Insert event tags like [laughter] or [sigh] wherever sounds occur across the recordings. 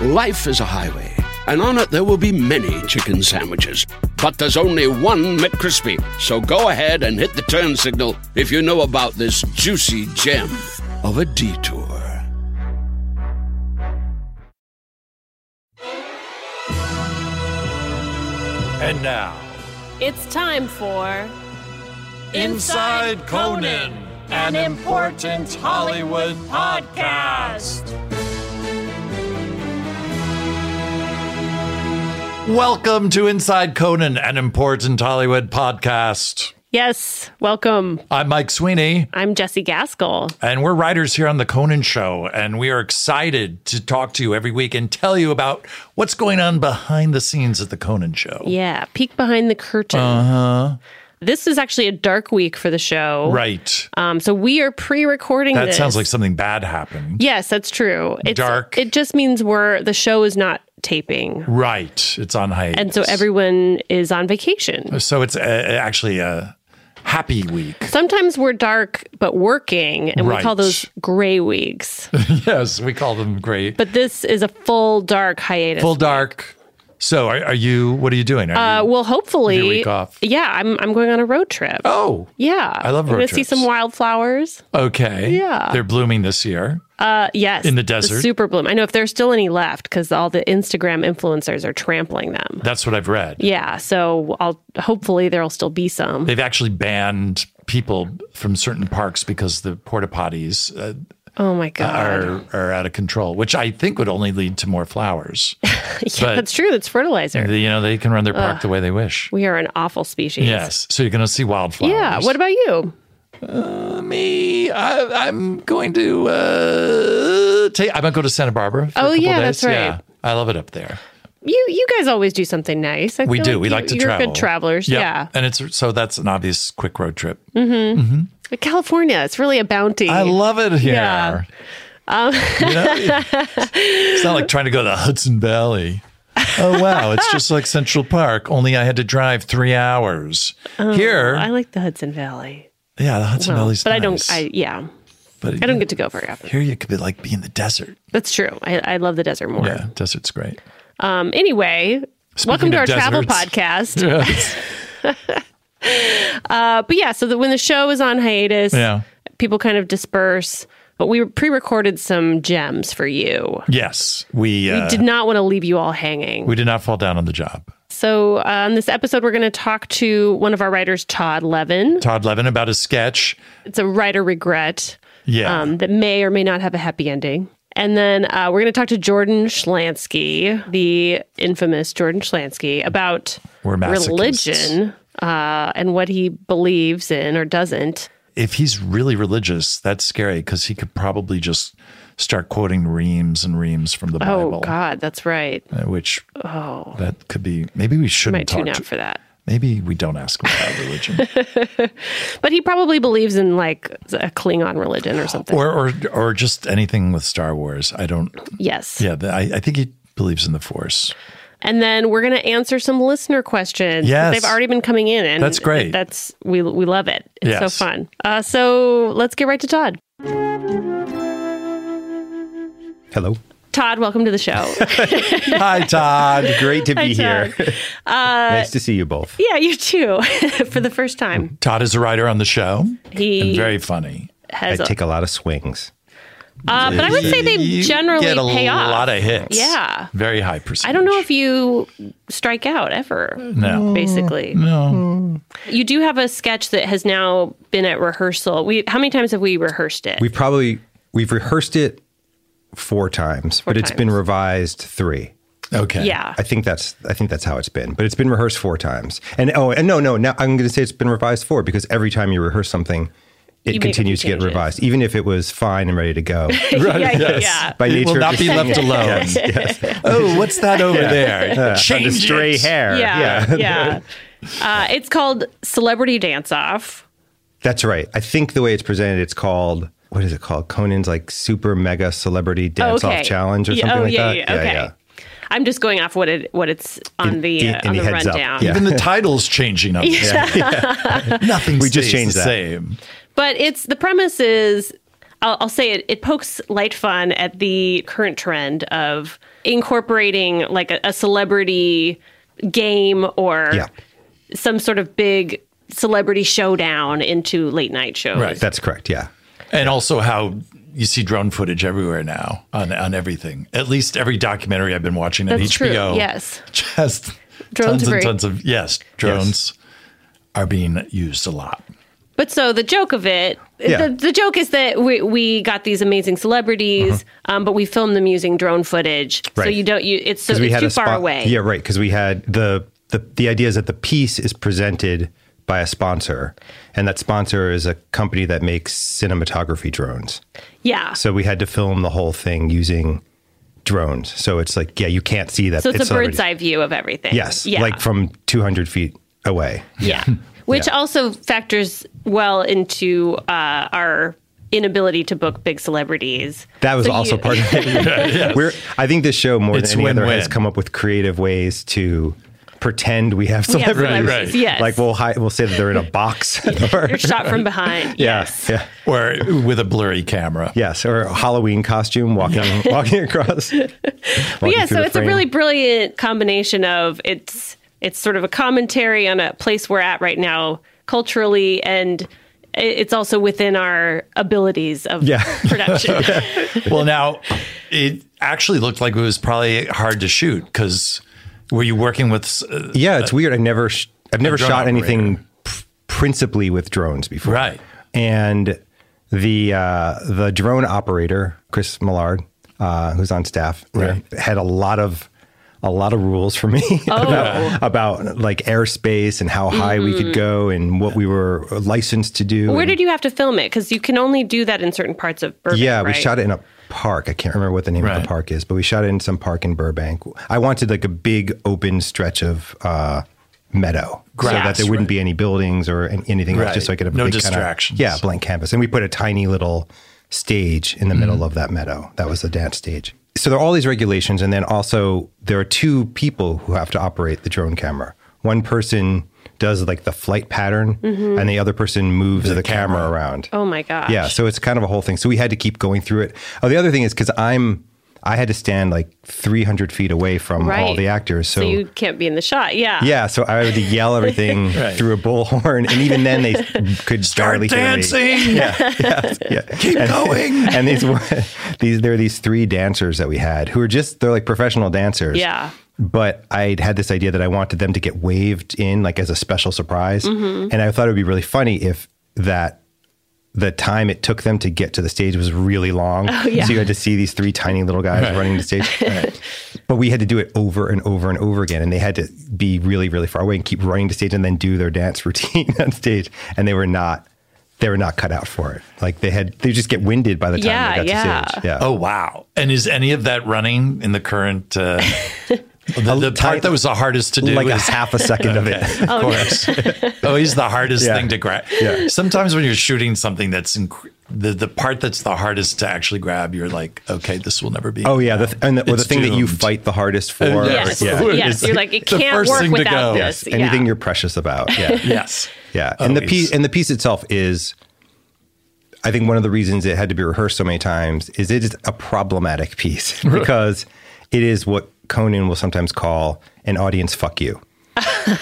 Life is a highway, and on it there will be many chicken sandwiches. But there's only one McCrispy. So go ahead and hit the turn signal if you know about this juicy gem of a detour. And now, It's time for Inside Conan, an important Hollywood podcast. Welcome to Inside Conan, an important Hollywood podcast. Yes, welcome. I'm Mike Sweeney, I'm Jesse Gaskell. and we're writers here on The Conan Show, and we are excited to talk to you every week and tell you about what's going on behind the scenes at The Conan Show. Yeah, peek behind the curtain. Uh-huh. This is actually a dark week for the show. Right. Um, so we are pre-recording That this. sounds like something bad happened. Yes, that's true. It's Dark. Oh, It just means we're the show is not taping. Right. It's on hiatus. And so everyone is on vacation. So it's uh actually a happy [laughs] week. Sometimes we're dark but working, and we call Right. those gray weeks. yes, we call them great. But this is a full dark hiatus. Full dark. So are, are you? What are you doing? Are Uh, you, well, hopefully, Your week off. yeah, I'm I'm going on a road trip. oh, yeah, I love I'm road gonna see trips. some wildflowers. okay. Yeah. they're blooming this year. Uh, yes, In the desert? super bloom. I know if there's still any left because all the Instagram influencers are trampling them. That's what I've read. Yeah, so I'll hopefully there'll still be some. They've actually banned people from certain parks because the porta potties uh, oh my god, are are out of control, which I think would only lead to more flowers. [laughs] yeah, that's true. That's fertilizer. you know, they can run their park the way they wish. we are an awful species. Yes. So you're going to see wildflowers. Yeah. What about you? me, I, I'm going to uh, take. I'm gonna go to Santa Barbara. For a Oh, couple yeah, days. that's right. Yeah, I love it up there. You you guys always do something nice. I We feel do. we you- like to you're travel. good travelers. Yep. Yeah. and it's so that's an obvious quick road trip. But California, it's really a bounty. I love it here. Yeah. Um, You know, [laughs] it's not like trying to go to the Hudson Valley. Oh wow, it's just like Central Park. Only I had to drive three hours here. Oh, I like the Hudson Valley. yeah, the Hudson Well, Valley's but I don't. nice. I yeah. but I don't get to go very often. Here you could be like be in the desert. That's true. I, I love the desert more. Yeah, desert's great. Um, anyway, welcome of to our travel podcast. Uh, but yeah, so that when the show is on hiatus, Yeah. people kind of disperse. But we pre-recorded some gems for you. Yes, we uh, we did not want to leave you all hanging. we did not fall down on the job. so uh, on this episode, we're going to talk to one of our writers, Todd Levin. Todd Levin about a sketch. It's a writer regret Yeah. um, that may or may not have a happy ending. And then uh, we're going to talk to Jordan Schlansky, the infamous Jordan Schlansky, about We're masochists. religion uh, and what he believes in or doesn't. if he's really religious, that's scary because he could probably just start quoting reams and reams from the Oh, Bible, God, that's right. uh, which that could be. Maybe we shouldn't Might talk tune out to- for that. Maybe we don't ask him about [laughs] religion, But he probably believes in like a Klingon religion or something. or or or just anything with Star Wars. I don't. yes. Yeah, the, I, I think he believes in the Force. And then we're going to answer some listener questions. 'cause Yes. They've already been coming in. And That's great. That's we, we love it. It's so Yes. fun. Uh, so let's get right to Todd. Hello. Todd, welcome to [laughs] the show. Hi, Todd. [laughs] Great [laughs] to be Hi, [laughs] here. Uh, nice to see you both. yeah, you too, [laughs] for the first time. Todd is a writer on the show. He and very funny. I has, a, take a lot of swings. uh, but I would say they You generally get a pay off. lot of hits. Yeah. very high percentage. I don't know if you strike out ever. no. Basically, No, you do have a sketch that has now been at rehearsal. We how many times have we rehearsed it? We've probably we've rehearsed it four times, but it's been times. revised three. okay. yeah, I think that's I think that's how it's been, but it's been rehearsed four times. And oh, and no, no, now I'm going to say it's been revised four because every time you rehearse something, it You make a few continues to get changes. revised, even if it was fine and ready to go. [laughs] yeah, yes. yeah. By It nature will of not be just left being- alone. Yes, [laughs] Oh, what's [laughs] that over there? Change [laughs] Under stray it. hair. Yeah, yeah. Uh, it's called Celebrity Dance Off. That's right. I think the way it's presented, it's called what is it called? Conan's like super mega celebrity dance off Oh, okay. challenge or Yeah, something oh, like yeah, that. yeah, okay. I'm just going off what it what it's on In- the in- uh, in on the the heads up, rundown. yeah. Even the title's changing [laughs] up. [laughs] Nothing. We just stays changed the that. same. But it's the premise is I'll, I'll say it it pokes light fun at the current trend of incorporating like a, a celebrity game or Yeah. some sort of big celebrity showdown into late night shows. Right. That's correct. Yeah. And also how you see drone footage everywhere now on, on everything. At least every documentary I've been watching on That's true. HBO. Yes. Just Drone tons debris. and tons of yes, drones are being used a lot. But so the joke of it, Yeah. the, the joke is that we, we got these amazing celebrities, um, but we filmed them using drone footage. So Mm-hmm. Right. you don't, you it's, so, Because it's we had too a spot, far away. Yeah, right. Because we had the, the the idea is that the piece is presented by a sponsor, and that sponsor is a company that makes cinematography drones. Yeah. So we had to film the whole thing using drones. So it's like, yeah, you can't see that. So it's, a already- bird's eye view of everything. Yes, Yeah. like from 200 feet away. yeah. Which [laughs] Yeah. also factors well into uh, our inability to book big celebrities. That was So also you- part of [laughs] it. We're, I think this show more It's than any other win-win. has come up with creative ways to pretend we have We have celebrities. celebrities, Right, right. yes. Like we'll hi- we'll say that they're in [laughs] a box. [laughs] or, You're shot from behind. [laughs] yeah, Yes. yeah, Or with a blurry camera. yes, or a Halloween costume walking walking across. [laughs] But yeah, so it's a really brilliant combination of it's it's sort of a commentary on a place we're at right now culturally and i- it's also within our abilities of Yeah. [laughs] production. [laughs] Well, now it actually looked like it was probably hard to shoot because were you working with s- uh, yeah, it's weird. I've never sh- I've never drone shot anything operator. pr- principally with drones before. right? and the uh, the drone operator Chris Millard, uh, who's on staff, there, had a lot of a lot of rules for me [laughs] about, about like airspace and how high we could go and what we were licensed to do. Where and- did you have to film it? Because you can only do that in certain parts of Burbank. yeah, we right? shot it in a park. I can't remember what the name of Right. the park is, but we shot it in some park in Burbank. I wanted like a big open stretch of uh, meadow so Grass, that there wouldn't right. be any buildings or an- anything else, Right. just so I could have a No big kinda- distractions. yeah, blank canvas. And we put a tiny little stage in the Mm-hmm. middle of that meadow. That was the dance stage. So there are all these regulations, and then also there are two people who have to operate the drone camera. One person does like the flight pattern, Mm-hmm. and the other person moves the, camera. around. Oh my gosh. Yeah, so it's kind of a whole thing. So we had to keep going through it. Oh, the other thing is because I'm, I had to stand like 300 feet away from all Right. the actors. So, So you can't be in the shot. Yeah. yeah, so I had to yell everything [laughs] Right. through a bullhorn, and even then they could Start barely Hear me. dancing. Yeah, [laughs] Keep going. [laughs] and these were- these there are these three dancers that we had who are just they're like professional dancers. Yeah. But I had this idea that I wanted them to get waved in like as a special surprise, Mm-hmm. and I thought it would be really funny if that the time it took them to get to the stage was really long. Oh, yeah. So you had to see these three tiny little guys running the stage. [laughs] But we had to do it over and over and over again, and they had to be really, really far away and keep running to stage and then do their dance [laughs] routine on stage. And they were not, they were not cut out for it. Like they had, they just get winded by the time Yeah, they got yeah. to stage. Yeah. Oh wow! And is any of that running in the current? [laughs] Uh, the the tiny- part that was the hardest to do like a is half a second of it. Oh, of course. Always the hardest Yeah. thing to grab. Yeah. Sometimes when you're shooting something that's inc- the the part that's the hardest to actually grab, you're like, okay, this will never be. Oh yeah, the th- and the, or the It's thing that you doomed. fight the hardest for. Uh, Yes. Yes. Yeah. Yes. You're like, it The can't first work thing to without go. this. Yeah. Anything you're precious about. Yeah. Yes. Yeah, Oh, and the Always. piece and the piece itself is, I think one of the reasons it had to be rehearsed so many times is it is a [laughs] problematic piece because it is what Conan will sometimes call an audience [laughs] fuck you,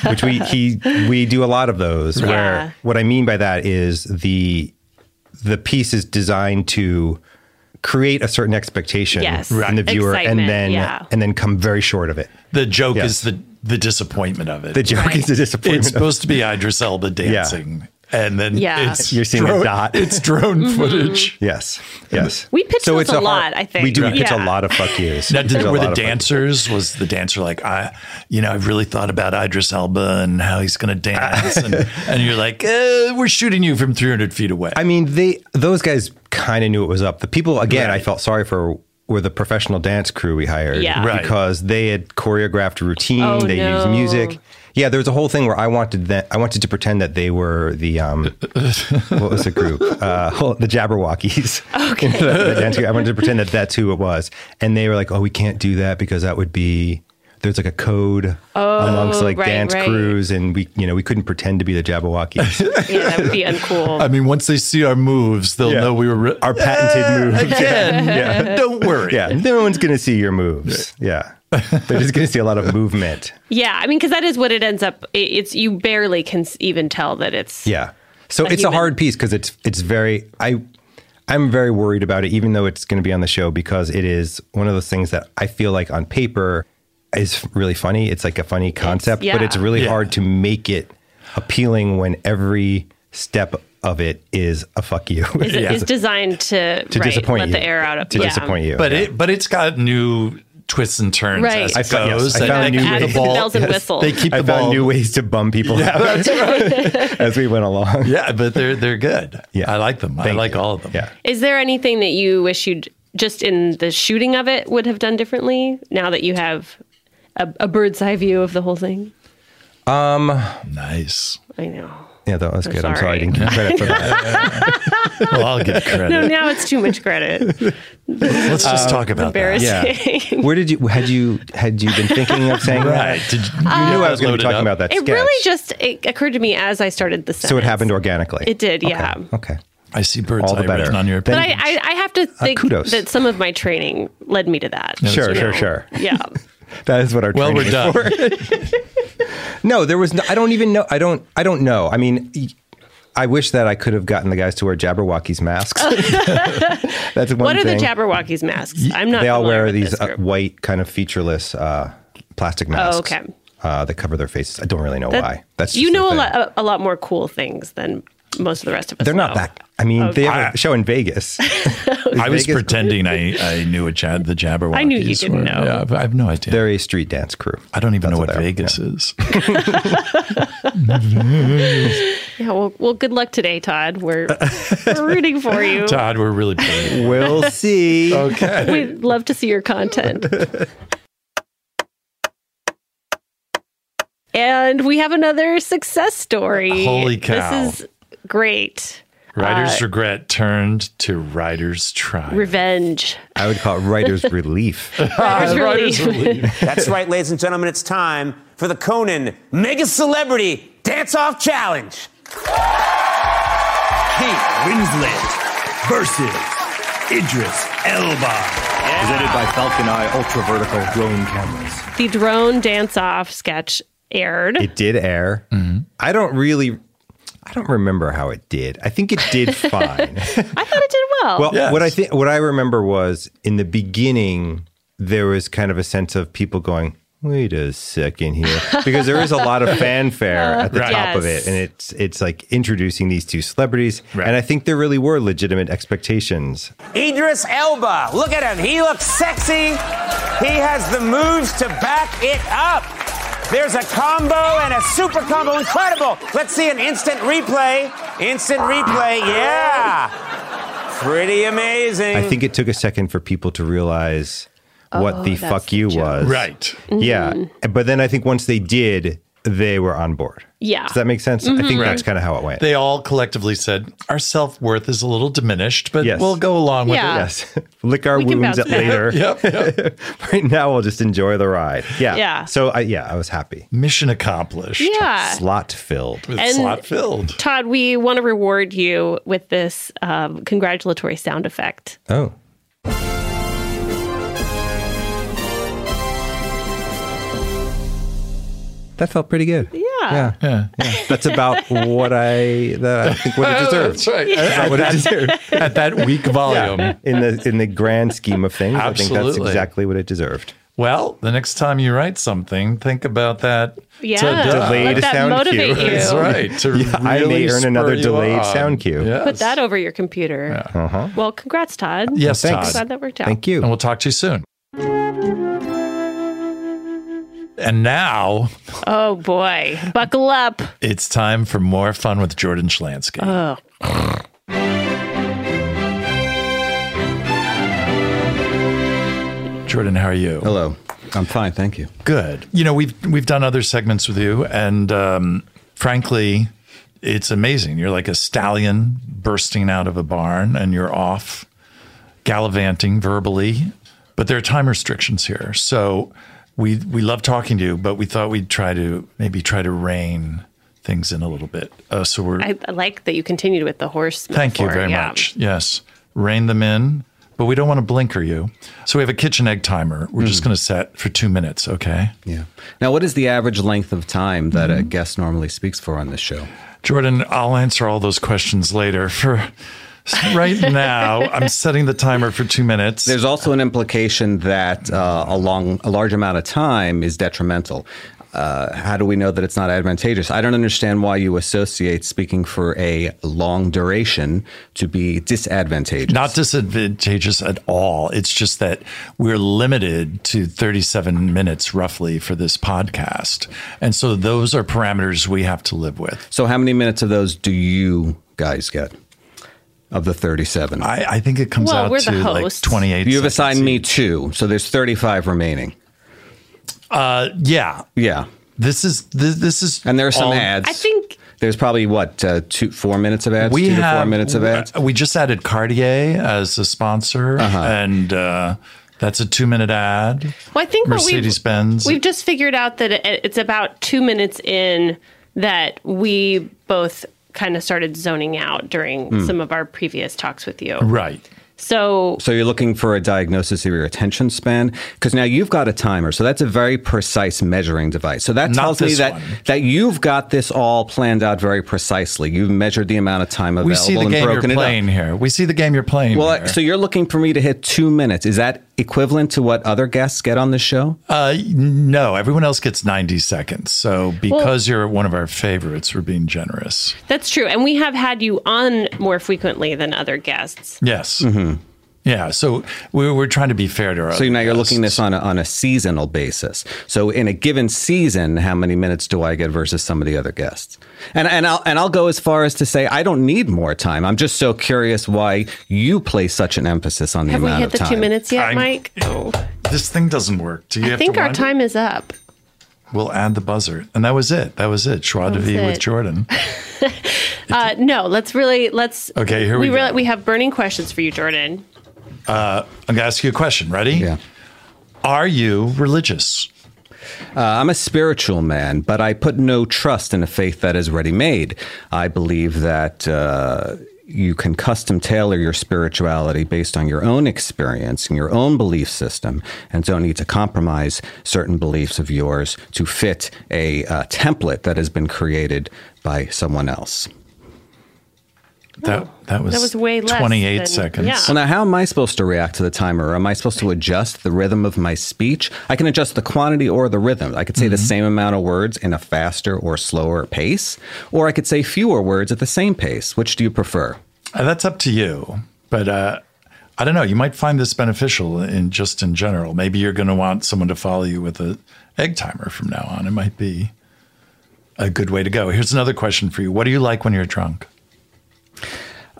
which we he we do a lot of those. Yeah. Where what I mean by that is the the piece is designed to create a certain expectation Yes. in the Right. viewer, Excitement, and then yeah. and then come very short of it. The joke Yes. is the the disappointment of it. The joke is a disappointment. It's supposed to be Idris Elba dancing. and then Yeah. it's You're seeing a drone- [laughs] dot. It's drone footage. Yes. Yes. We pitch those a hard- lot, I think. We do. We pitch Yeah. a lot of fuck yous. Now, We did, pitch a were lot the of fuck dancers? Was the dancer like I? You know, I've really thought about Idris Elba and how he's [laughs] going to dance, and, and you're like, eh, we're shooting you from 300 feet away. I mean, they those guys kind of knew it was up. The people again, I felt sorry for were the professional dance crew we hired Yeah. Right. because they had choreographed a routine. Oh, they used no. music. Yeah, there was a whole thing where I wanted that I wanted to pretend that they were the um, what was the group? Uh, [laughs] well, [laughs] the Jabberwockies. [laughs] Okay. I wanted to pretend that that's who it was, and they were like, "Oh, we can't do that because that would be." There's like a code amongst like Oh, right, dance right. crews, and we, you know, we couldn't pretend to be the Jabberwockies. Yeah, that would be [laughs] uncool. Uh, I mean, once they see our moves, they'll Yeah. know we were re- Our patented moves. Uh, again. [laughs] Don't worry. Yeah, no one's gonna see your moves. Yeah, they're just gonna see a lot of movement. yeah, I mean, because that is what it ends up. It, it's you barely can s- even tell that it's. Yeah, so it's a human- hard piece because it's it's very I I'm very worried about it, even though it's gonna be on the show because it is one of those things that I feel like on paper is really funny. It's like a funny concept, but yeah. it's really Yeah. hard to make it appealing when every step of it is a fuck you. Is, [laughs] is designed to, to right, disappoint let you. the air out of to yeah. disappoint you. But yeah. it but it's got new twists and turns Right. as I it found- yes, goes. I and found they new keep the ways. ball- Bells and [laughs] whistles. They keep I the found ball. new ways to bum people out [laughs] as we went along. [laughs] yeah, but they're they're good. Yeah. I like them. I Thank like you. all of them. Yeah. Is there anything that you wish you'd just in the shooting of it would have done differently now that you have a, a bird's eye view of the whole thing? Nice. I know. Yeah, that was good. I'm sorry I sorry. didn't get credit for [laughs] that. Well, I'll give credit. No, now it's too much [laughs] credit. Let's just Um, talk about that. Embarrassing. Where did you had you had you been thinking of saying Right. that? Did you, I knew I was going to be talking about that. It sketch. really just it occurred to me as I started the sentence. so it happened organically. It did, yeah. Okay. I see birds All the eye better. written on your. Then- But I, I, I have to think Uh, kudos. that some of my training led me to that. Yeah. That's Sure, right. sure, sure. [laughs] Yeah. That is what our well, training we're is done. for. [laughs] No, there was. No, I don't even know. I don't. I don't know. I mean, y- I wish that I could have gotten the guys to wear [laughs] Jabberwockies masks. [laughs] That's one What are thing. the Jabberwockies masks? I'm not. they all familiar wear with these this uh, group. Oh, white kind of featureless uh, plastic masks. okay. Uh, that cover their faces. I don't really know That- uh, why. That's you just their know a thing. lot, a, a lot more cool things than most of the rest of us. They're not know. that. I mean, they have I- a show in [laughs] Vegas. I was Vegas- pretending [laughs] I, I knew what jab, the Jabberwockies I knew you didn't were. know. Yeah, I have no idea. They're a street dance crew. I don't even That's know what they are. Vegas Yeah. is. [laughs] Yeah. Well, well. Good luck today, Todd. [laughs] We're we're rooting for you. Todd, we're really playing. [laughs] We'll see. We'd love to see your [laughs] content. and we have another success story. Holy cow. This is great. Uh, Writer's regret turned to writer's triumph. [laughs] Revenge. I would call it [laughs] writer's relief. Writer's relief. [laughs] That's right, ladies and gentlemen, it's time for the Conan Mega Celebrity Dance Off Challenge. Kate Winslet versus Idris Elba. Presented by Falcon Eye ultra vertical drone cameras. [laughs] the drone dance off sketch aired. It did air. I don't really. I don't remember how it did. I think it [laughs] did fine. I thought it did well. Well, what I think, what I remember was in the beginning, there was kind of a sense of people going, "Wait a [laughs] second here," because there is a lot of fanfare at the Right. top of Uh, Yes. it, and it's it's like introducing these two celebrities, Right. and I think there really were legitimate expectations. Idris Elba, look at him. He looks sexy. He has the moves to back it up. There's a combo and a super combo. Incredible. Let's see an instant replay. Instant replay. Yeah. Pretty amazing. I think it took a second for people to realize what the Oh, that's fuck the you joke. Mm-hmm. was, Right. Yeah, but then I think once they did, they were on board. Yeah. Mm-hmm. does that make sense? I think that's kind of how it went. They all collectively said our self worth is a little diminished, but Yes. we'll go along with Yeah. it. Yes. [laughs] Lick our We can wounds bounce back. at [laughs] later. Yep, right now, we'll just enjoy the ride. Yeah. Yeah. So, I, yeah, I was happy. Mission accomplished. yeah. Slot filled. With And- slot filled. Todd, we want to reward you with this um, congratulatory sound effect. Oh. That felt pretty good. Yeah. Yeah. [laughs] That's about what I that I think [laughs] what it deserves. right. That's [laughs] about what it deserves. [laughs] At that weak volume. In the in the grand scheme of things, I think that's Absolutely. exactly what it deserved. Well, the next time you write something, think about that. Yeah. ta-da. Delay Let Delayed that sound motivate cue. you. That's right. To [laughs] Yeah, I may really earn another spur you delayed on. sound cue. Yes. Uh-huh. Put that over your computer. Well, congrats, Todd. Yes, Thanks. Todd. Glad that worked out. Thank you. And we'll talk to you soon. And now Oh boy, buckle up. it's time for more fun with Jordan Schlansky. Jordan, how are you? Hello. I'm fine, thank you. Good. You know, we've we've done other segments with you, and um, frankly, it's amazing. You're like a stallion bursting out of a barn, and you're off gallivanting verbally. But there are time restrictions here, so we we love talking to you, but we thought we'd try to maybe try to rein things in a little bit. Uh, so we're I, I like that you continued with the horse. Thank you metaphor. very Yeah. much. Yes. Rein them in, but we don't want to blinker you. So we have a kitchen egg timer. We're just going to set for two minutes, okay? Yeah. Now, what is the average length of time that Mm-hmm. a guest normally speaks for on this show? Jordan, I'll answer all those questions later. For [laughs] right now, I'm setting the timer for two minutes. There's also an implication that uh, a long, a large amount of time is detrimental. Uh, how do we know that it's not advantageous? I don't understand why you associate speaking for a long duration to be disadvantageous. not disadvantageous at all. It's just that we're limited to 37 minutes roughly for this podcast. And so those are parameters we have to live with. so, how many minutes of those do you guys get of the 37? I, I think it comes Well, out we're to the like hosts. 28. You've assigned seconds me two, so there's 35 remaining. Yeah, Yeah. this is this, this is, And there are some all- ads. I think There's probably what uh, two, four minutes of ads. We two have to four minutes of ads. We just added Cartier as a sponsor, Uh-huh. and uh, that's a two-minute ad. Well, I think what we've- Mercedes Benz. We've just figured out that it- it's about two minutes in that we both kind of started zoning out during Hmm. some of our previous talks with you. Right. So, So you're looking for a diagnosis of your attention span because now you've got a timer. So that's a very precise measuring device. So that Not tells me this that one. that you've got this all planned out very precisely. You've measured the amount of time available We see the and game you're broken it playing up. here. We see the game you're playing. Well, here. so you're looking for me to hit two minutes. Is that equivalent to what other guests get on this show? uh, no, everyone else gets 90 seconds. So because you're one of our favorites, we're being generous. that's true. And we have had you on more frequently than other guests. Yes. Yeah. So we're, we're trying to be fair to our. Mm-hmm. So other now you're looking guests. this on a, on a seasonal basis. So in a given season, how many minutes do I get versus some of the other guests? And and I'll and I'll go as far as to say I don't need more time. I'm just so curious why you place such an emphasis on the Have we amount hit of the time. two minutes yet, I'm- Mike? This thing doesn't work. Do you I have think to our wind it? time is up. We'll add the buzzer, and that was it. That was it. Schwa de was vie with it. [laughs] Jordan. Uh, no, let's really let's. Okay, here we go. really- we have burning questions for you, Jordan. I'm gonna ask you a question. Ready? Yeah. Are you religious? Uh, I'm a spiritual man, but I put no trust in a faith that is ready made. I believe that uh, you can custom tailor your spirituality based on your own experience and your own belief system, and don't need to compromise certain beliefs of yours to fit a uh, template that has been created by someone else. That that was Oh, That was way less 28 than- seconds. yeah. Well, now, how am I supposed to react to the timer? Am I supposed to adjust the rhythm of my speech? I can adjust the quantity or the rhythm. I could say the same amount of words in a faster or slower pace, or I could say fewer words at the same pace. Which do you prefer? Uh, That's up to you. But uh, I don't know. You might find this beneficial in just in general. Maybe you're gonna want someone to follow you with a egg timer from now on. It might be a good way to go. Here's another question for you. What do you like when you're drunk?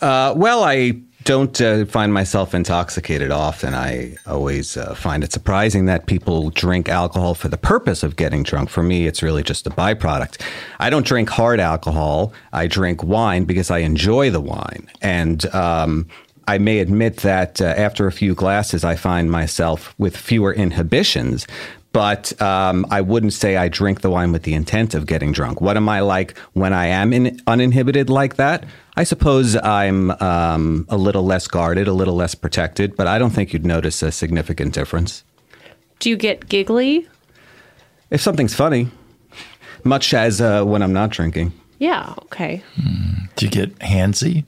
Uh, well, I don't uh, find myself intoxicated often. I always uh, find it surprising that people drink alcohol for the purpose of getting drunk. For me, it's really just a byproduct. I don't drink hard alcohol. I drink wine because I enjoy the wine. And um, I may admit that uh, after a few glasses, I find myself with fewer inhibitions. But um, I wouldn't say I drink the wine with the intent of getting drunk. What am I like when I am in, uninhibited like that? I suppose I'm um, a little less guarded, a little less protected, but I don't think you'd notice a significant difference. Do you get giggly? If something's funny, much as uh, when I'm not drinking, Yeah. Okay. Do you get handsy?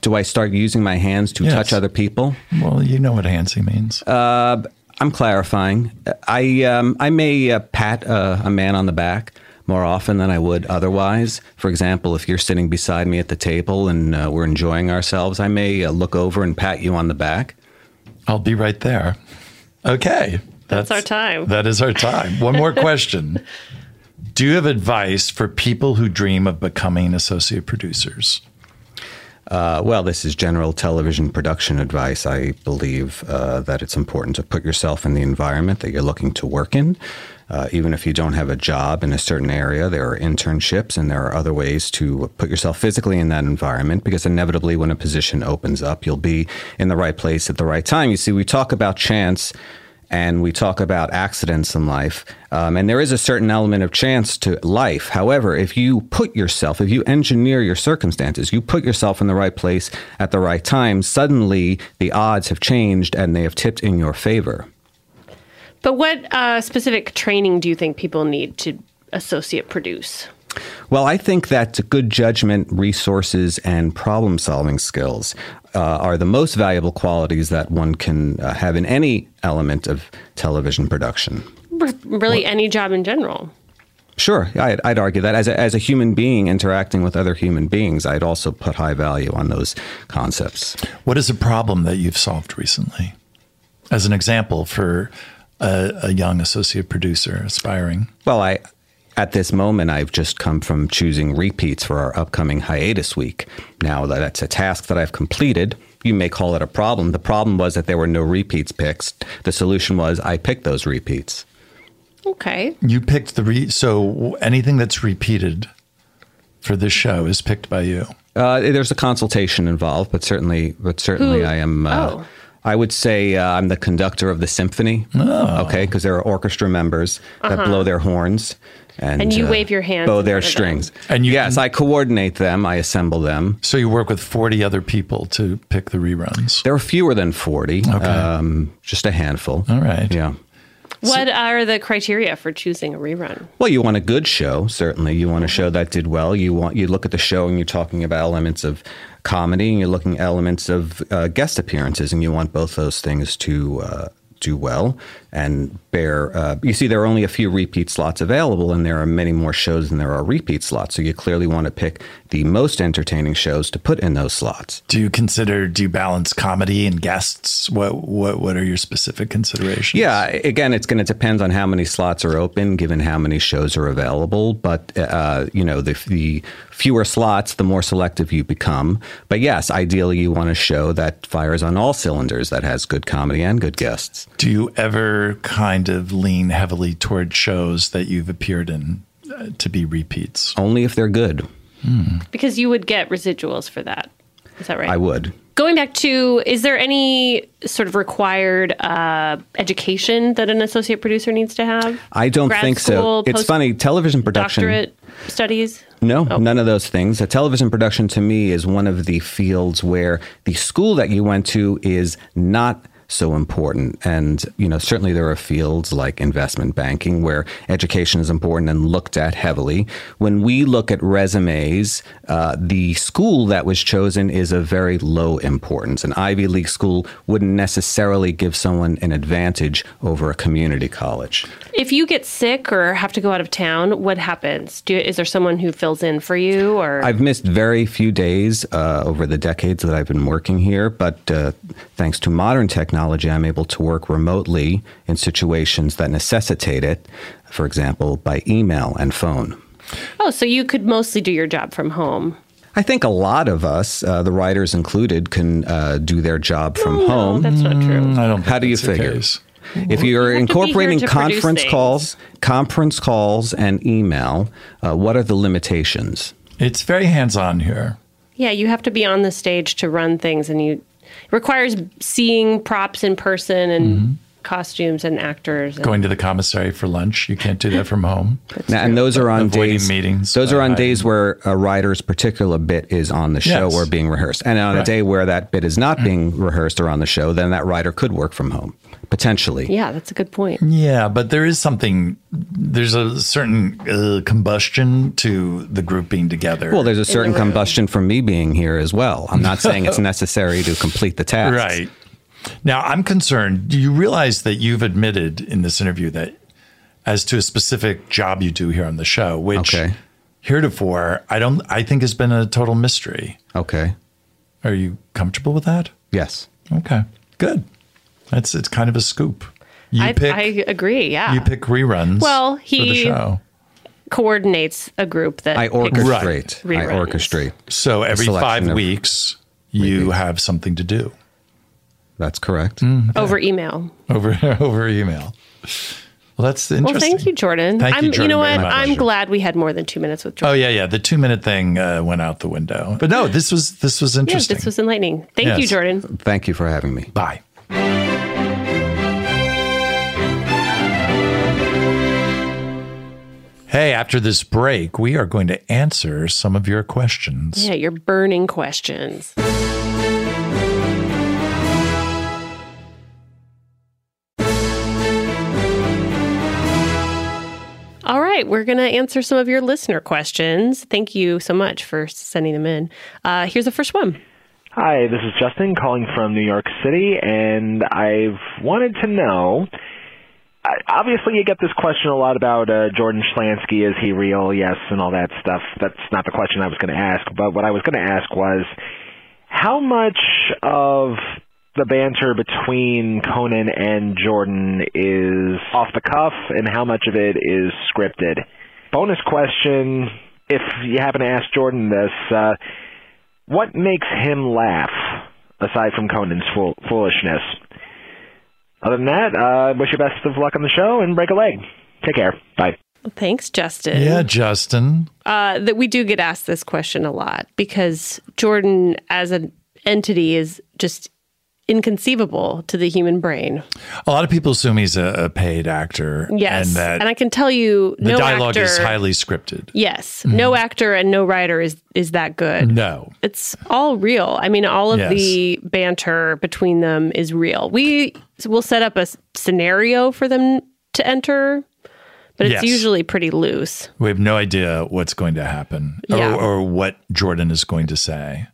do I start using my hands to Yes. touch other people? Well, you know what handsy means. I'm clarifying. I um, I may uh, pat uh, a man on the back more often than I would otherwise. For example, if you're sitting beside me at the table and uh, we're enjoying ourselves, I may uh, look over and pat you on the back. I'll be right there. Okay. That's our time. That is our time. One more question. [laughs] Do you have advice for people who dream of becoming associate producers? Uh, well, this is general television production advice. I believe uh, that it's important to put yourself in the environment that you're looking to work in. Uh, even if you don't have a job in a certain area, there are internships and there are other ways to put yourself physically in that environment because inevitably, when a position opens up, you'll be in the right place at the right time. You see, we talk about chance and we talk about accidents in life. Um, and there is a certain element of chance to life. However, if you put yourself, if you engineer your circumstances, you put yourself in the right place at the right time, suddenly the odds have changed and they have tipped in your favor. But what uh, specific training do you think people need to associate produce? Well, I think that good judgment, resources, and problem solving skills uh, are the most valuable qualities that one can uh, have in any element of television production. R- really, any job in general. Sure, I'd, I'd argue that as a, as a human being interacting with other human beings, I'd also put high value on those concepts. What is a problem that you've solved recently? As an example for a, a young associate producer aspiring. Well, I, at this moment, I've just come from choosing repeats for our upcoming hiatus week. Now that that's a task that I've completed, you may call it a problem. The problem was that there were no repeats picked. The solution was I picked those repeats. Okay. You picked the re- so anything that's repeated for this show is picked by you. Uh, there's a consultation involved, but certainly, but certainly, Who- I am. Uh, oh. I would say uh, I'm the conductor of the symphony. Oh. Okay, because there are orchestra members that blow their horns and, Uh-huh. uh, And you wave your hands bow in their front of them. strings. And you yes, I coordinate them. I assemble them. So you work with 40 other people to pick the reruns. There are fewer than forty. Okay. um, just a handful. All right. Yeah. What are the criteria for choosing a rerun? Well, you want a good show, certainly. You want a show that did well. You want you look at the show and you're talking about elements of comedy and you're looking at elements of uh, guest appearances, and you want both those things to uh, do well and bear. Uh, you see, there are only a few repeat slots available, and there are many more shows than there are repeat slots. So you clearly want to pick the most entertaining shows to put in those slots. Do you consider do you balance comedy and guests? What what what are your specific considerations? Yeah, again, it's going to depend on how many slots are open, given how many shows are available. But uh, you know, the, the fewer slots, the more selective you become. But yes, ideally, you want a show that fires on all cylinders, that has good comedy and good guests. Do you ever kind of lean heavily toward shows that you've appeared in uh, to be repeats? Only if they're good, Because you would get residuals for that. Is that right? I would. Going back to, is there any sort of required uh, education that an associate producer needs to have? I don't Grad think school, so. It's post- funny, television production. Doctorate studies? No, none of those things. A television production to me is one of the fields where the school that you went to is not so important. And, you know, certainly there are fields like investment banking where education is important and looked at heavily. When we look at resumes, uh, the school that was chosen is of very low importance. An Ivy League school wouldn't necessarily give someone an advantage over a community college. If you get sick or have to go out of town, what happens? Do, is there someone who fills in for you? Or I've missed very few days uh, over the decades that I've been working here, but uh, thanks to modern technology, I'm able to work remotely in situations that necessitate it, for example, by email and phone. oh, so you could mostly do your job from home. I think a lot of us, uh, the writers included, can uh, do their job from home. That's not true. I don't. How think do you that's the figure? case. If you're have to be here incorporating to produce conference things. calls, conference calls and email, uh, what are the limitations? It's very hands-on here. Yeah, you have to be on the stage to run things, and you it requires seeing props in person and Mm-hmm. costumes and actors. And, Going to the commissary for lunch, you can't do that from home. Now, and those are on Avoiding days. meetings Those are by on hiding. days where a writer's particular bit is on the show Yes. or being rehearsed, and on a Right. Mm. day where that bit is not being rehearsed or on the show, then that writer could work from home potentially. yeah, that's a good point. Yeah, but there is something. There's a certain uh, combustion to the group being together. Well, there's a certain [laughs] combustion from me being here as well. I'm not saying it's necessary to complete the task. right. Now, I'm concerned. Do you realize that you've admitted in this interview that as to a specific job you do here on the show, which heretofore I don't I think has been a total mystery. Okay. Are you comfortable with that? Yes. Okay. Good. That's it's kind of a scoop. You I, pick I agree. Yeah. you pick reruns. Well, for the he- show. coordinates a group that I picks orchestrate. I reruns. orchestrate. So a every selection five of- weeks you have something to do [laughs] That's correct. Mm. over email. over over email. Well, that's interesting. Well, thank you, Jordan. Thank you, I'm, Jordan, know very what? much. I'm glad we had more than two minutes with Oh Jordan. yeah, yeah. The two minute thing uh, went out the window. But no, this was this was yeah, interesting. this was enlightening. Thank you, Yes. Jordan. Thank you for having me. Bye. Hey, after this break, we are going to answer some of your questions. Yeah, your burning questions. All right, we're going to answer some of your listener questions. Thank you so much for sending them in. Uh, here's the first one. Hi, this is Justin calling from New York City, and I've wanted to know. I- Obviously, you get this question a lot about uh, Jordan Schlansky. Is he real? Yes, and all that stuff. That's not the question I was going to ask. But what I was going to ask was, how much of the banter between Conan and Jordan is off the cuff, and how much of it is scripted? Bonus question: If you happen to ask Jordan this, uh, what makes him laugh aside from Conan's fool- foolishness? Other than that, uh, wish you best of luck on the show and break a leg. Take care. Bye. Thanks, Justin. Yeah, Justin. uh, that we do get asked this question a lot because Jordan as an entity is just inconceivable to the human brain. A lot of people assume he's a, a paid actor. Yes. And And, that I can tell you the no dialogue actor is highly Mm-hmm. scripted. Yes. No actor and no writer is is that good. No. It's all real. I mean, all of Mm-hmm. Yes. the banter between them is real. We will set up a s- scenario for them to enter, but Yes. it's usually pretty loose. We have no idea what's going to happen Yeah. or, or what Jordan is going to say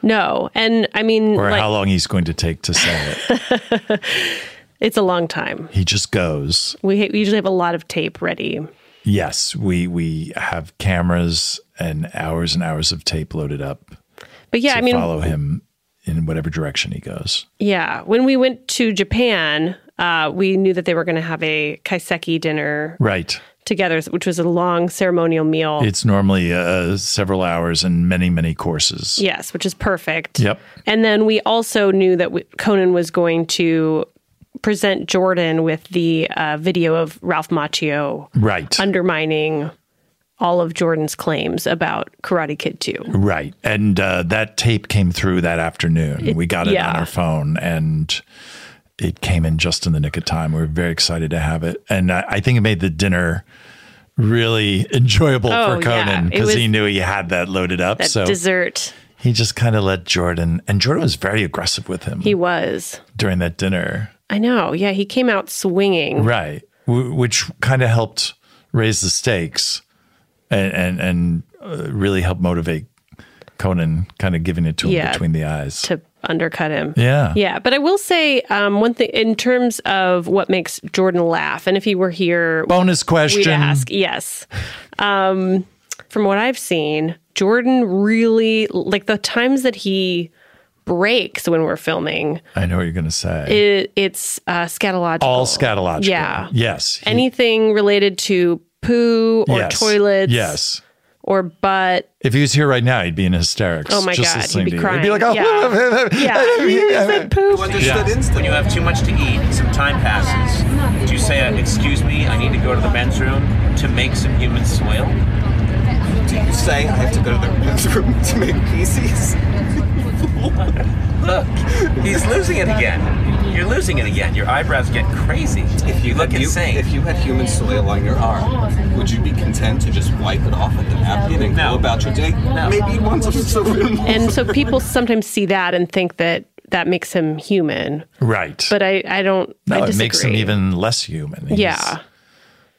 No. And I mean, or like, how long he's going to take to say it. it's a long time. He just goes. We ha- we usually have a lot of tape ready. Yes, we we have cameras and hours and hours of tape loaded up But yeah, to I mean, follow him in whatever direction he goes. yeah. When we went to Japan, uh, we knew that they were going to have a kaiseki dinner Right. together, which was a long ceremonial meal. It's normally uh, several hours and many many courses. yes, which is perfect. Yep. And then we also knew that w- Conan was going to present Jordan with the uh, video of Ralph Macchio Right. undermining all of Jordan's claims about Karate Kid 2. Right. And uh, that tape came through that afternoon. It- we got it on yeah. our phone and it came in just in the nick of time. We were very excited to have it. And I, I think it made the dinner really [laughs] enjoyable Oh, for yeah. Conan It because he was- knew he had that loaded up. That so dessert. he just kind of let Jordan, and Jordan was very aggressive with him He was. during that dinner. I know. Yeah, he came out swinging. Right. W- which kind of helped raise the stakes and, and, and uh, really helped motivate Conan, kind of giving it to him Yeah. between the eyes. to undercut him. Yeah. Yeah. But I will say um, one thing in terms of what makes Jordan laugh, and if he were here, Bonus we'd question. ask. Yes. Um, from what I've seen, Jordan really, like the times that he breaks when we're filming, I know what you're going to say. it, it's uh, scatological. All scatological. Yeah. Yes. He- Anything related to poo or yes. toilets Yes. or butt. If he was here right now, he'd be in hysterics. Oh my just God. listening He'd to be you. crying. He'd be like, oh, [laughs] yeah. yeah. You said poop. Understood instantly. When you have too much to eat, some time passes. Do you say, uh, "Excuse me, I need to go to the men's room to make some human soil"? Do you say, "I have to go to the men's room [laughs] to make feces"? [laughs] Look, he's losing it again. You're losing it again. Your eyebrows get crazy. If you, look insane. if you had human soil on your arm, would you be content to just wipe it off with a napkin and go about your day? No. Maybe you want some soap. and so people sometimes see that and think that that makes him human. Right. But I, I don't. I no, it disagree. makes him even less human. He's Yeah,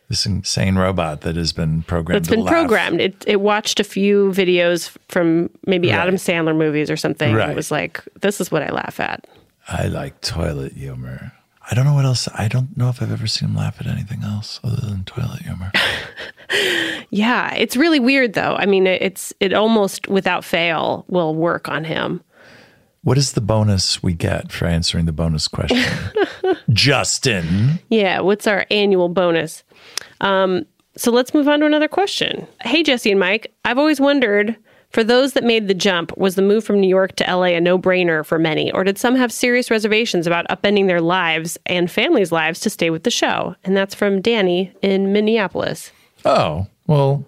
This insane robot that has been programmed. it's been to laugh. programmed. It it watched a few videos from maybe Adam Sandler movies or something. Right. It was like, this is what I laugh at. I like toilet humor. I don't know what else. I don't know if I've ever seen him laugh at anything else other than toilet [laughs] humor. Yeah, it's really weird though. I mean, it- it's it almost without fail will work on him. What is the bonus we get for answering the bonus question? [laughs] Justin. Yeah, what's our annual bonus? Um, so let's move on to another question. Hey, Jesse and Mike, I've always wondered for those that made the jump, was the move from New York to LA a no brainer for many, or did some have serious reservations about upending their lives and families' lives to stay with the show? And that's from Danny in Minneapolis. Oh, well,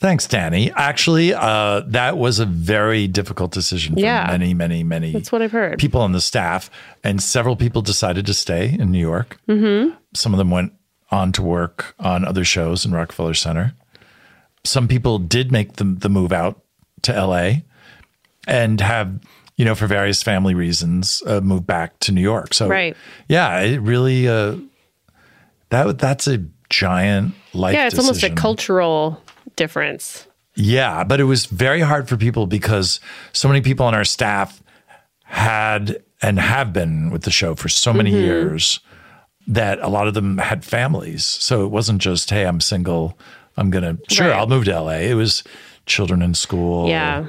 thanks, Danny. Actually, uh, that was a very difficult decision for Yeah. many, many, many That's what I've heard. people on the staff. And several people decided to stay in New York. Mm-hmm. Some of them went on to work on other shows in Rockefeller Center. Some people did make the, the move out to LA and have, you know, for various family reasons, uh, moved back to New York. So, Right. yeah, it really, uh, that that's a giant life yeah, it's almost a decision. cultural difference. Yeah, but it was very hard for people because so many people on our staff had and have been with the show for so many Mm-hmm. Mhm. years that a lot of them had families. So it wasn't just, hey, I'm single. I'm going to, sure, Right. I'll move to LA. It was children in school. Yeah.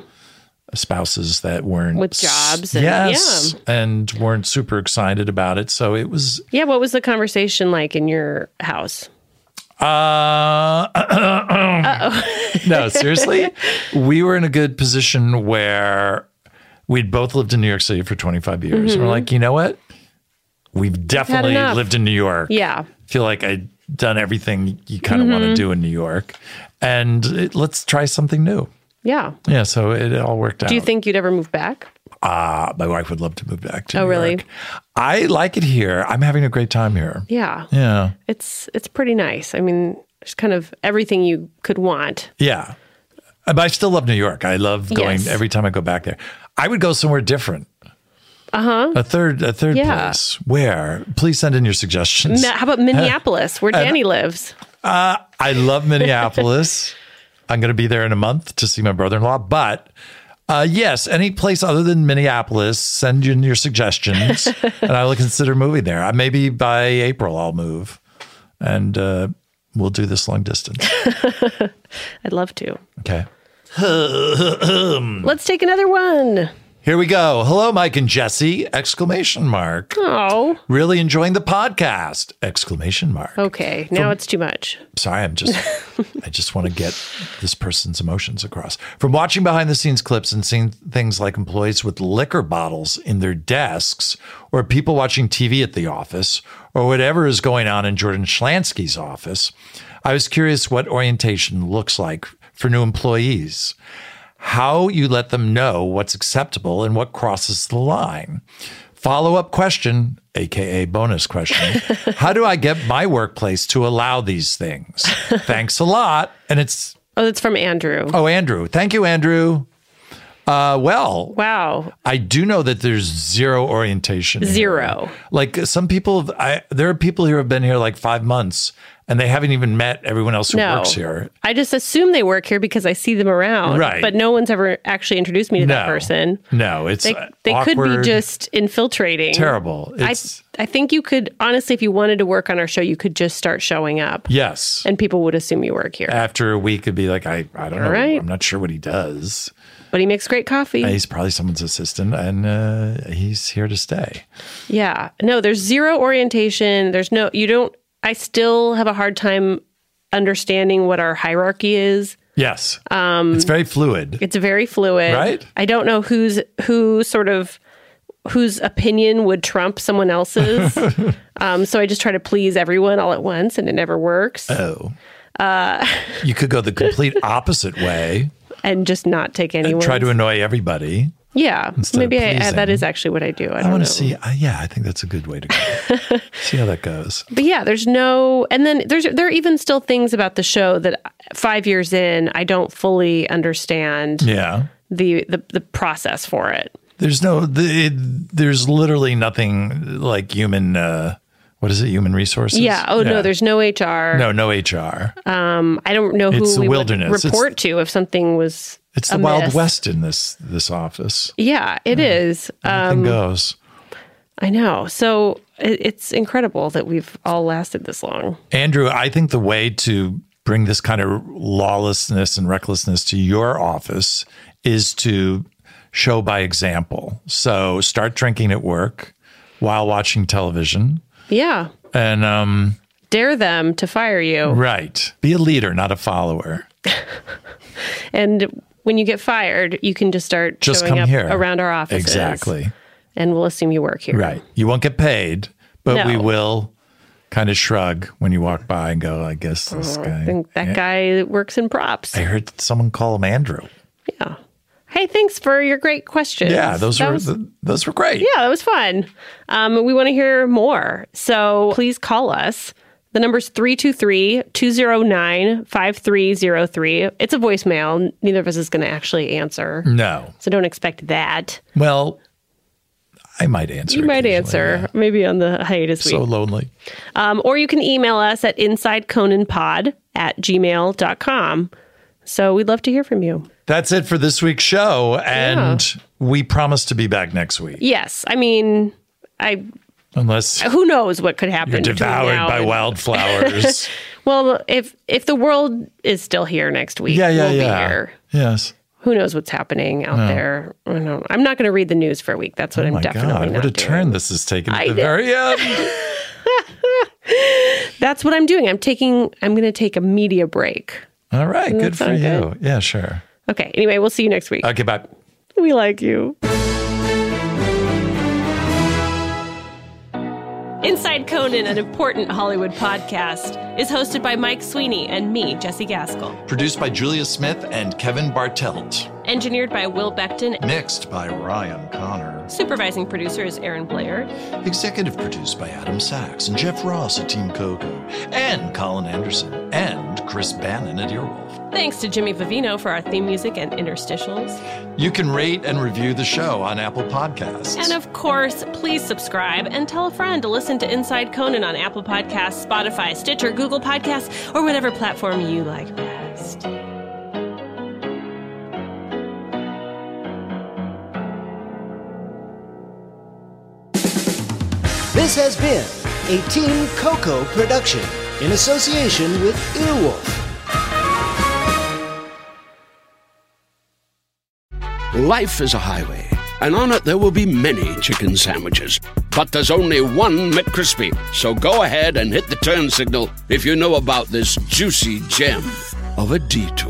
Spouses that weren't With jobs and- yes, and weren't super excited about it. So it was Yeah, what was the conversation like in your house? [clears throat] uh, no, seriously, we were in a good position where we'd both lived in New York City for 25 years. And Mhm. we're like, you know what? We've definitely enough. lived in New York. Yeah. Feel like I'd done everything you kind of want to Mhm. do in New York. And it, let's try something new. Yeah. Yeah. So it all worked out. Do you think you'd ever move back? Uh, my wife would love to move back to oh, New really? York. I like it here. I'm having a great time here. Yeah. Yeah. It's it's pretty nice. I mean, it's kind of everything you could want. Yeah. Uh, But I still love New York. I love going Yes. every time I go back there. I would go somewhere different. Uh huh. A third a third Yeah. place. Where? Please send in your suggestions. How about Minneapolis, where Uh, Danny lives? Uh, I love [laughs] Minneapolis. I'm going to be there in a month to see my brother-in-law, but uh, yes, any place other than Minneapolis, send in your suggestions, [laughs] and I will consider moving there. Uh, Maybe by April I'll move, and uh, we'll do this long [laughs] distance. I'd love to. Okay. Mm. Let's take another one. Here we go. Hello, Mike and Jesse! Exclamation mark. Oh. Really enjoying the podcast! Exclamation mark. Okay. Now From- it's too much. Sorry, I'm just I just want to get this person's emotions across. From watching behind the scenes clips and seeing things like employees with liquor bottles in their desks or people watching TV at the office or whatever is going on in Jordan Schlansky's office, I was curious what orientation looks like for new employees. How you let them know what's acceptable and what crosses the line. Follow up question, AKA bonus [laughs] question. How do I get my workplace to allow these things? Thanks a lot. And it's, Oh, that's from Andrew. oh, Andrew. Thank you, Andrew. Uh, well, wow. I do know that there's zero orientation. here. Zero. Like some people, have- I, there are people here who have been here like five months and they haven't even met everyone else who no. works here. I just assume they work here because I see them around. Right. But no one's ever actually introduced me to that No. person. No, it's uh, they, they could be awkward. just infiltrating. Terrible. I, It's- I think you could honestly, if you wanted to work on our show, you could just start showing up, yes. and people would assume you work here. After a week, it'd be like I, I don't know. All right. I'm not sure what he does. But he makes great coffee. He's probably someone's assistant, and uh, he's here to stay. Yeah. No, there's zero orientation. There's no, you don't, I still have a hard time understanding what our hierarchy is. Yes, Um, it's very fluid. It's very fluid. Right? I don't know who's, who sort of, whose opinion would trump someone else's. [laughs] um, so I just try to please everyone all at once and it never works. Oh, Uh, [laughs] you could go the complete opposite way and just not take and anyone. try to annoy everybody. yeah. instead of Maybe I, I, pleasing. that is actually what I do. I I, don't want know. to see. Uh, yeah, I think that's a good way to go. [laughs] see how that goes. But yeah, there's no, and then there's there are even still things about the show that five years in I don't fully understand Yeah, the the, the process for it. there's no. The, it, there's literally nothing like human. Uh, what is it? Human resources. yeah. Oh no, there's no HR. no no HR. Um, I don't know who It's the we wilderness. would It's- report to if something was. It's the Hmm. amiss. Wild West in this this office. Yeah, it is. Nothing Um, goes. I know. So it, it's incredible that we've all lasted this long. Andrew, I think the way to bring this kind of lawlessness and recklessness to your office is to show by example. So start drinking at work while watching television Yeah. and um Dare them to fire Hmm. you. right, be a leader, not a follower. And when you get fired, you can just start Just showing come up here. around our offices. Exactly. And we'll assume you work here. Right. You won't get paid, but we No. will kind of shrug when you walk by and go, I guess this Oh, I guy. think that guy works in props. I heard someone call him Andrew. Yeah. Hey, thanks for your great questions. Yeah, those That were was- th those were great. Yeah, that was fun. Um, we want to hear more. So please call us. The number's 323 209 5303. It's a voicemail. Neither of us is going to actually answer. No. So don't expect that. Well, I might answer. you it. might answer maybe on the hiatus So week. lonely. Um, or you can email us at insideconanpod at gmail.com. So we'd love to hear from you. That's it for this week's show, and we promise to be back next week, Yes. I mean, I unless who knows what could happen. you're between devoured now by and- [laughs] wildflowers. well, if if the world is still here next week, yeah, yeah, we'll yeah. be here. Yes. Who knows what's happening out No. there? I don't, I'm not going to read the news for a week. That's what oh I'm my definitely God! not What a doing. turn this has taken at I the did- very end. [laughs] That's what I'm doing. I'm taking. I'm going to take a media break. All right. Doesn't that Good for sound you. good? Yeah. Sure. Okay. Anyway, we'll see you next week. Okay. Bye. We like you. Inside Conan, an important Hollywood podcast, is hosted by Mike Sweeney and me, Jesse Gaskell. Produced by Julia Smith and Kevin Bartelt. Engineered by Will Beckton. Mixed by Ryan Connor. Supervising producer is Aaron Blair. Executive produced by Adam Sachs and Jeff Ross at Team Coco, and Colin Anderson and Chris Bannon at Earwolf. Thanks to Jimmy Vivino for our theme music and interstitials. You can rate and review the show on Apple Podcasts. And of course, please subscribe and tell a friend to listen to Inside Conan on Apple Podcasts, Spotify, Stitcher, Google Podcasts, or whatever platform you like best. This has been a Team Coco production in association with Earwolf. Life is a highway, and on it there will be many chicken sandwiches. But there's only one McCrispy. So go ahead and hit the turn signal if you know about this juicy gem of a detour.